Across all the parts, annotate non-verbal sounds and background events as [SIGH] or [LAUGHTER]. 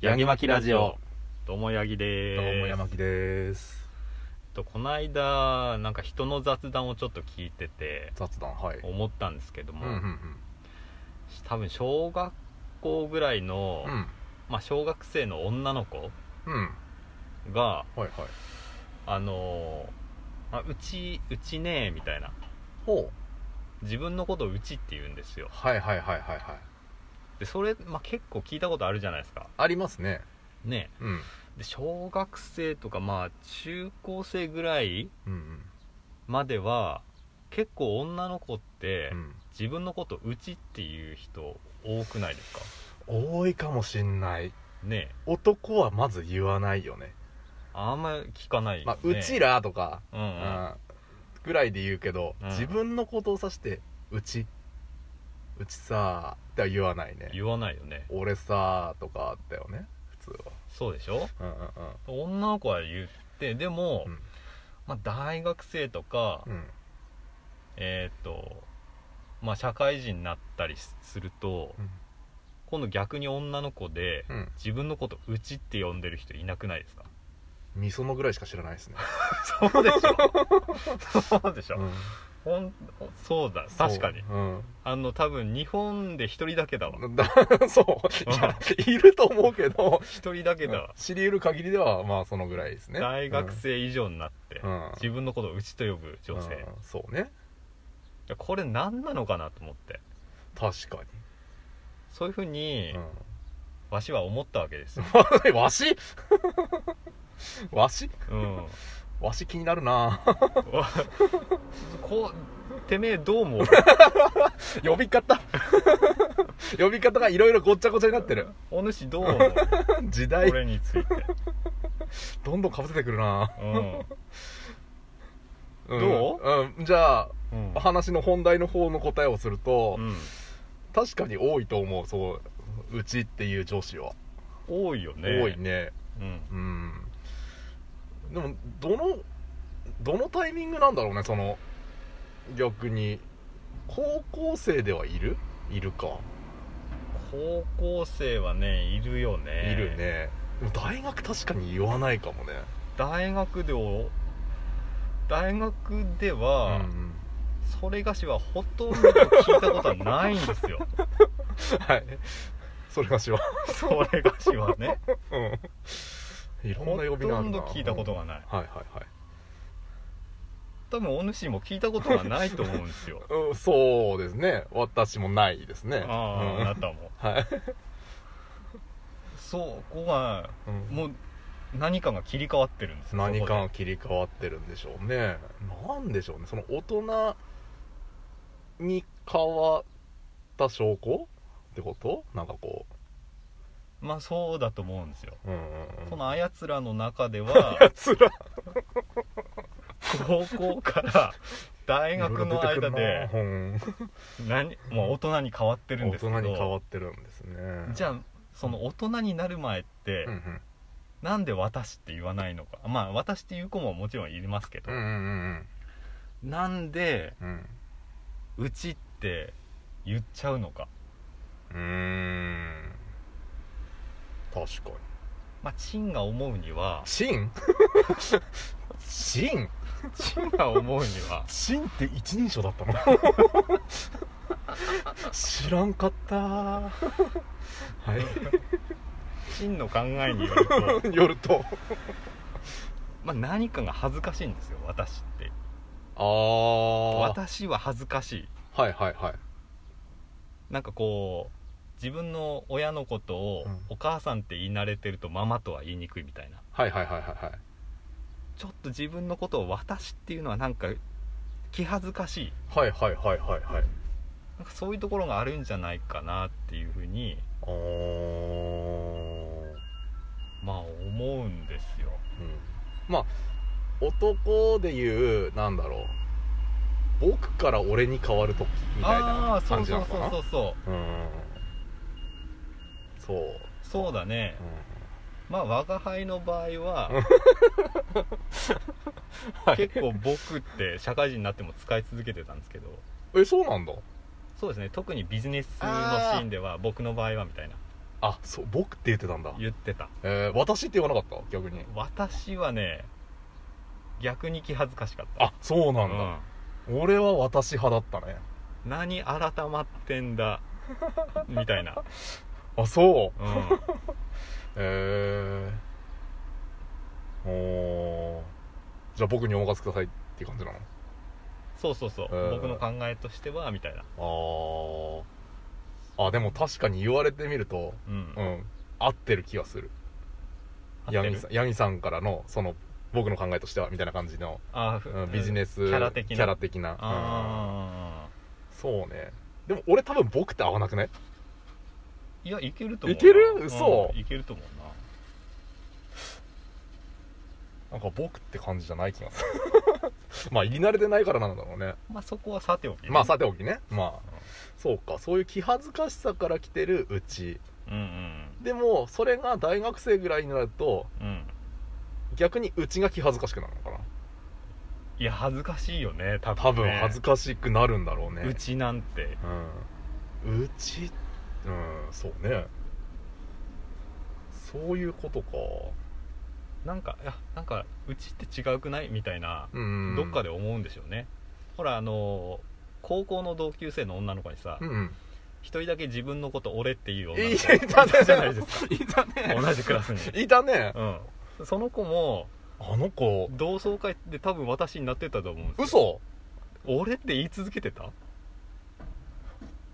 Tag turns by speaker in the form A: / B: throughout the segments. A: ヤギマキラジオ
B: どうもヤギで
A: どう
B: す
A: も山木です
B: とこの間なんか人の雑談をちょっと聞いてて
A: 雑談はい
B: 思ったんですけど
A: う
B: も、
A: んうん
B: 多分小学校ぐらいの、
A: うんうん
B: まあ、小学生の女の子
A: うん
B: が
A: はいはい
B: あのーあうちうちねーみたいな
A: ほう
B: 自分のことをうちって言うんですよ
A: はいはいはいはいはい
B: でそれ、まあ、結構聞いたことあるじゃないですか
A: ありますね
B: ね
A: うん
B: で小学生とかまあ中高生ぐらい
A: うん
B: までは結構女の子って、
A: うん
B: 自分のことうちっていう人多くないですか
A: うん多いかもしんない
B: ねえ
A: 男はまず言わないよね
B: あんまり聞かないよ、ね
A: まあうちらとか
B: うんうん、
A: うんぐらいで言うけど
B: うん
A: 自分のことを指してうちうちさーっては言わないね
B: 言わないよね
A: 俺さーとかだよね普通
B: そうでしょ
A: はうんうん
B: 女の子は言ってでも、
A: うん
B: まあ、大学生とか、
A: うんうん
B: えーっとまあ社会人になったりすると、
A: うん
B: 今度逆に女の子で
A: うん
B: 自分のことうちって呼んでる人いなくない
A: [LAUGHS]
B: ですか
A: みそのぐらいしか知らな
B: [LAUGHS]
A: いですね、
B: そう
A: [LAUGHS]
B: でしょそうでしょ、
A: うん
B: ほんそうだ確かに
A: そう
B: あの多分日本で一人だけだわ
A: うん [LAUGHS] だそういやいると思うけど
B: 一人だけだわ、
A: 知り得る限りではまあそのぐらいですね
B: 大学生以上になって、
A: うんうん
B: 自分のことをうちと呼ぶ女性、い
A: うんそうね
B: やこれ何なのかなと思って
A: 確か
B: そういうふうに
A: に、、 [LAUGHS]
B: わしは思ったわけですよ、
A: うんわし [LAUGHS] わし
B: うん、わ
A: わし気になるな [LAUGHS]
B: こうてめえどう思う
A: [LAUGHS] 呼び方 [LAUGHS] 呼び方がいろいろごっちゃごちゃになってる [LAUGHS]
B: お主どう思う
A: 時
B: こ
A: 代
B: れについて、
A: どんどんかぶせてくるな [LAUGHS]
B: うん
A: うん
B: ど
A: うん、じゃ
B: うん
A: あ話の本題の方の答えをすると、
B: うん、
A: 確かに多いと思うそううちっていう女子は、
B: 多いよね
A: 多いね
B: うん、
A: うんでもどのどのタイミングなんだろうねその逆に高校生ではいるいるか、
B: 高校生はねいるよね
A: いるねでも大学確かに言わないかもね
B: 大学でお大学では、
A: うん
B: それがしはほとんど聞いたことはないんですよ
A: はいそれがしは
B: それがしはね
A: うんいろん
B: ほ
A: な呼び名あ
B: と
A: る
B: ん
A: な
B: ど聞いたことがない
A: はいはいはい
B: 多分お主も聞いたことがないと思うんですよ
A: うん、そうですね私もないですね
B: あああなたも
A: うんはい、
B: そうここが
A: うん、
B: もう何かが切り替わってるんですよ
A: 何か
B: そこ
A: が切り替わってるんでしょうねなんでしょうねその大人に変わった証拠ってことなんかこ
B: でまあそうだと思うんですよ
A: ううんうんうん
B: そのあやつらの中では
A: [LAUGHS] やつら
B: 高校から大学の間で
A: うん
B: 何もう大人に変わってるん
A: 大
B: ですけ
A: 人に変わ
B: ど
A: ってるんですね
B: じゃあその大人になる前って、
A: うんうん
B: なんで私って言わないのかまあ私っていう子ももちろんいますけど、
A: うんうん
B: なんで
A: うんうん
B: うちって言っちゃうのか
A: うーん確かに
B: まあチンが思うには [LAUGHS]
A: チン [LAUGHS] チン
B: チンが思うには
A: シンって一人称だったの知らんかったはい
B: チンの考えによる
A: [LAUGHS]
B: と、
A: よると
B: まあ、何かが恥ずかしいんですよ私って
A: ああはい
B: 私は恥ずかしい
A: はいはい
B: なんかこう自分の親のことを、
A: うん
B: お母さんって言い慣れてるとママとは言いにくいみたいな
A: はいはいはいはいはい
B: ちょっと自分のことを私っていうのはなんか気恥ずかしい
A: はいはいはいはいはい
B: なんかそういうところがあるんじゃないかなっていうふうに
A: あー
B: まあ思うんですよ
A: うんまあ男で言うなんだろう僕から俺に変わる時みたい
B: ああ
A: な
B: ーそ
A: 感
B: う
A: じ
B: そ
A: な
B: う
A: の
B: そ
A: か
B: う
A: な
B: そうそう
A: うんそう、
B: そうだね
A: う
B: まあ我輩の場合は、
A: んはい、
B: 結構僕って社会人になっても使い続けてたんですけど
A: えそうなんだ
B: そうですね特にビジネスのシーンでは僕の場合はみたいな
A: ああそう僕って言ってたんだ、
B: 言ってた
A: えー私って言わなかった逆に
B: 私はね逆に気恥ずかしかった
A: あそうなんだ、俺は私派だったね
B: うん何改まってんだみたいな、
A: あそう
B: うん、
A: へえおーじゃあ僕にお任せくださいっていう感じなの
B: そうそうそう、
A: うん
B: 僕の考えとしてはみたいな
A: あーあでも確かに言われてみると
B: うん、
A: う
B: 合
A: ん合ってる気がする
B: ってる
A: ヤミさんヤミさんからのその僕の考えとしてはみたいな感じの、
B: あーふ
A: うんビジネス
B: キャラ的な
A: キャラ的なうん
B: あ
A: そうねでも俺多分僕って合わなくね
B: ーいやいけると思うない
A: ける嘘
B: うんいけると思うな
A: なんか僕って感じじゃない気がする [LAUGHS] まあ入り慣れてないからなんだろうね
B: まあそこはさておき
A: まあさておきねまあそうかそういう気恥ずかしさから来てるうち
B: うんうん
A: でもそれが大学生ぐらいになると
B: うん
A: 逆にうちが気恥ずかしくなるのかない
B: や恥ずかしいよね多分
A: 多分
B: ね
A: 恥ずかしくなるんだろうね
B: うちなんて
A: うんうちうんそうねそういうことか
B: なんかいやなんかうちって違うくないみたいな、
A: うん
B: どっか
A: で
B: で思うんでしょうねほらあのー高校の同級生の女の子にさ
A: うんうん
B: 一、人だけ自分のこと俺っていう女の
A: い
B: 子
A: たね
B: じゃないですか
A: いたね
B: 同じクラスに
A: いたね
B: うんその子も
A: あの子
B: 同窓会で多分私になってたと思うんですよ
A: 嘘
B: 俺って言い続けてた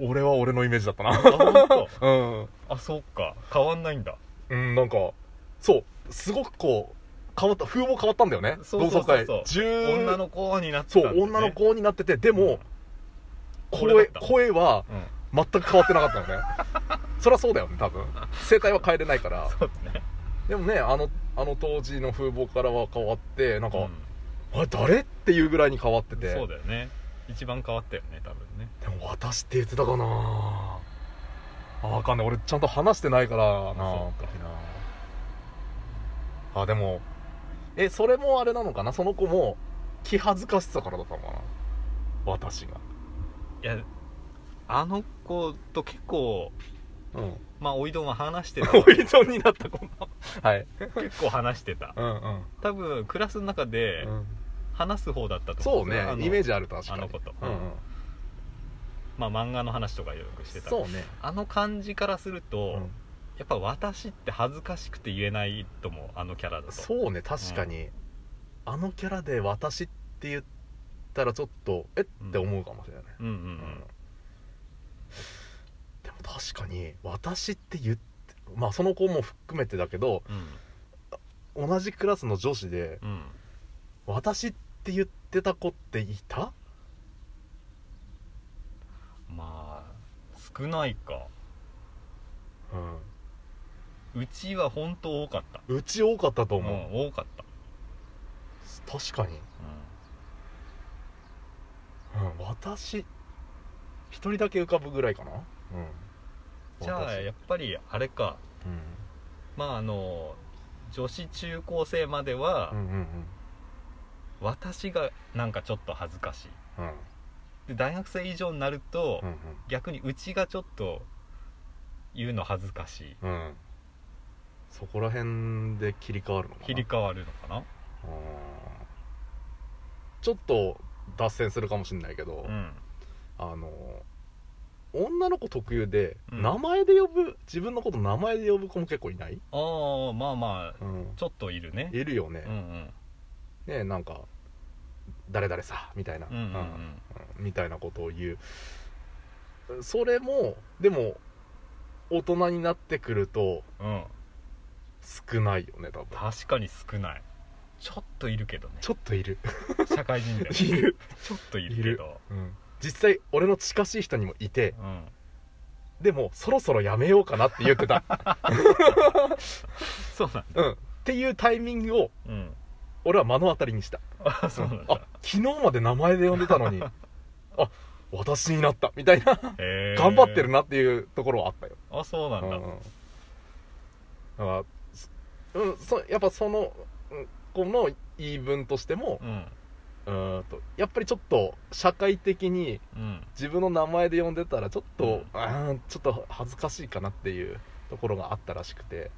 A: 俺は俺のイメージだった
B: あ
A: な [LAUGHS]
B: 本当
A: うん
B: あそっか変わんないんだ
A: うんなんかそうすごくこう変わった風貌変わったんだよね
B: そうそうそうそう
A: 同窓会10
B: 女の子になってた
A: そ
B: んだよ
A: う
B: ね
A: 女の子になっててでも、
B: うん俺
A: 声
B: だった
A: 声は
B: うん
A: 全く変わってなかったのね [LAUGHS] そりゃそうだよね多分声帯は変えれないから
B: そうだね
A: でもねあのあの当時の風貌からは変わってなんか、
B: うん
A: あれ誰っていうぐらいに変わってて
B: そうだよね一番変わったよね多分ね
A: でも私って言ってたかなあわかんない俺ちゃんと話してないからな
B: あそうか
A: あでもえそれもあれなのかなその子も気恥ずかしさからだったのかな私が
B: いやあの子と結構
A: うん
B: まあおいどんは話してた
A: [LAUGHS] おいどんになったこんな [LAUGHS] はい
B: 結構話してた
A: うんうん、
B: 多分クラスの中で話す方だったと
A: そ
B: 思
A: うん
B: ですよ
A: ね
B: あの
A: イメージある確かに
B: あのこと
A: うんうん
B: まあ漫画の話とかよくしてた
A: そうね
B: あの感じからすると、
A: うん
B: やっぱ私って恥ずかしくて言えないと思うあのキャラだと
A: そうね確かに、あのキャラで「私」って言ったらちょっとえっ
B: うん
A: って思うかもしれない、
B: うんうんう
A: うん
B: ん
A: でも確かに「私」って言ってまあその子も含めてだけど
B: うん
A: 同じクラスの女子で
B: うん
A: 「私」って言ってた子っていた
B: まあ少ないか
A: うん
B: うちは本当多かった
A: うち多かったと
B: うん
A: 思う、
B: 多かった、
A: 確かにうん、私一人だけ浮かぶぐらいかな、うん、
B: じゃあ
A: 私
B: やっぱりあれか
A: う
B: まああの女子中高生までは、
A: んうんうん
B: 私がなんかちょっと恥ずかしい
A: うんうん
B: で大学生以上になると、
A: うん
B: 逆にうちがちょっと言うの恥ずかしい
A: うんうんそこら辺で切り替わるのかな
B: 切り替わるのかな
A: うんちょっと脱線するかもしれないけど、
B: うん
A: あの女の子特有で
B: うん
A: 名前で呼ぶ、自分のこと名前で呼ぶ子も結構いない、
B: ああまあまあ
A: うん、
B: ちょっといるね
A: いるよね
B: うんう、ん
A: ねなんか「誰々さ」みたいな、
B: うんうんう
A: うん
B: ん
A: みたいなことを言うそれもでも大人になってくると
B: うん
A: 少ないよね多分
B: 確かに少ないちょっといるけどね
A: ちょっと
B: [LAUGHS]
A: いる
B: 社会人
A: [LAUGHS]
B: で
A: いる、
B: ちょっといるけど
A: うん、実際俺の近しい人にもいて
B: うん
A: でもそろそろやめようかなって言ってた、
B: そうなん
A: うん、っていうタイミングを
B: うん
A: 俺は目の当たりにした
B: あそうなん
A: あ
B: だ
A: 昨日まで名前で呼んでた
B: [LAUGHS]
A: のにあ私になったみたいな
B: へー
A: 頑張ってるなっていうところはあったよ
B: あそうなんだ
A: うんうんだからすうん、そやっぱそのうんこの言い分としても
B: うん
A: うーんとやっぱりちょっと社会的に
B: うん
A: 自分の名前で呼んでたらちょっと、
B: うん
A: あーちょっと恥ずかしいかなっていうところがあったらしくて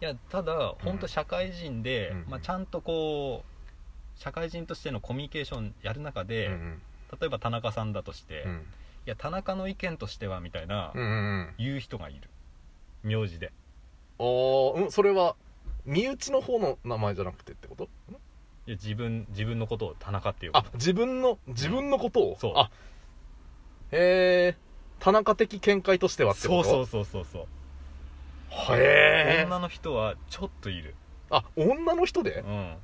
B: いやただ本当社会人で、
A: うん
B: まあ、ちゃんとこう社会人としてのコミュニケーションやる中で、
A: うん
B: 例えば田中さんだとして、
A: う
B: い
A: ん
B: や田中の意見としてはみたいな、
A: うんうん
B: 言う人がいる名字で
A: おーうんそれは身内の方の名前じゃなくてってことん
B: いや自分自分のことを田中っていう
A: あ自分の自分のことを、
B: そう
A: あへえ田中的見解としてはって
B: そ
A: こ
B: う
A: と
B: そうそうそうそう
A: へえ
B: 女の人はちょっといる、
A: あ女の人で、
B: う
A: へ
B: ん、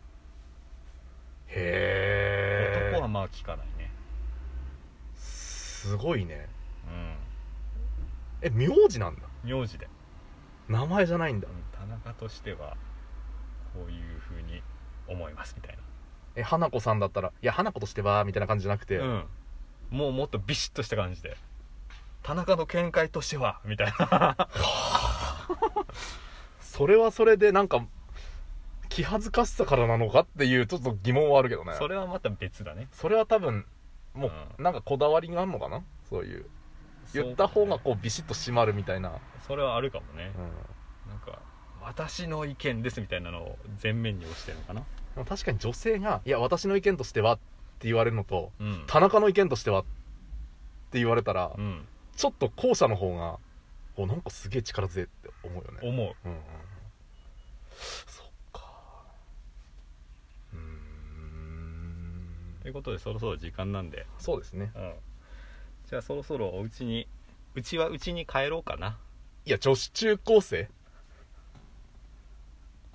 A: え
B: 男はまあ聞かないね
A: すごいねえ名字なんだ
B: うん名字で、
A: 名前じゃないんだ
B: うん田中としてはこういうふうに思いますみたいな
A: え花子さんだったら「いや花子としては」みたいな感じじゃなくて、
B: うん、もうもっとビシッとした感じで田中の見解としてはみたいな
A: それはそれでなんか気恥ずかしさからなのかっていうちょっと疑問はあるけどね
B: それはまた別だね
A: それは多分もう、
B: う
A: なんかこだわりがあるのかなそういう言った方が
B: そう
A: こうビシッと締まるみたいな、
B: それはあるかもね
A: う、ん
B: なんか私の意見ですみたいなのを前面に押してるのかな、
A: でも確かに女性が「いや私の意見としては」って言われるのと
B: うん
A: 「田中の意見としては」って言われたら、
B: うん、
A: ちょっと後者の方がおなんかすげえ力強いって思うよね
B: 思う
A: うんうんうんそっかうーん
B: ということでそろそろ時間なんで、
A: そうですね
B: うん、じゃあそろそろお家にうちはうちに帰ろうかない
A: や女子中高生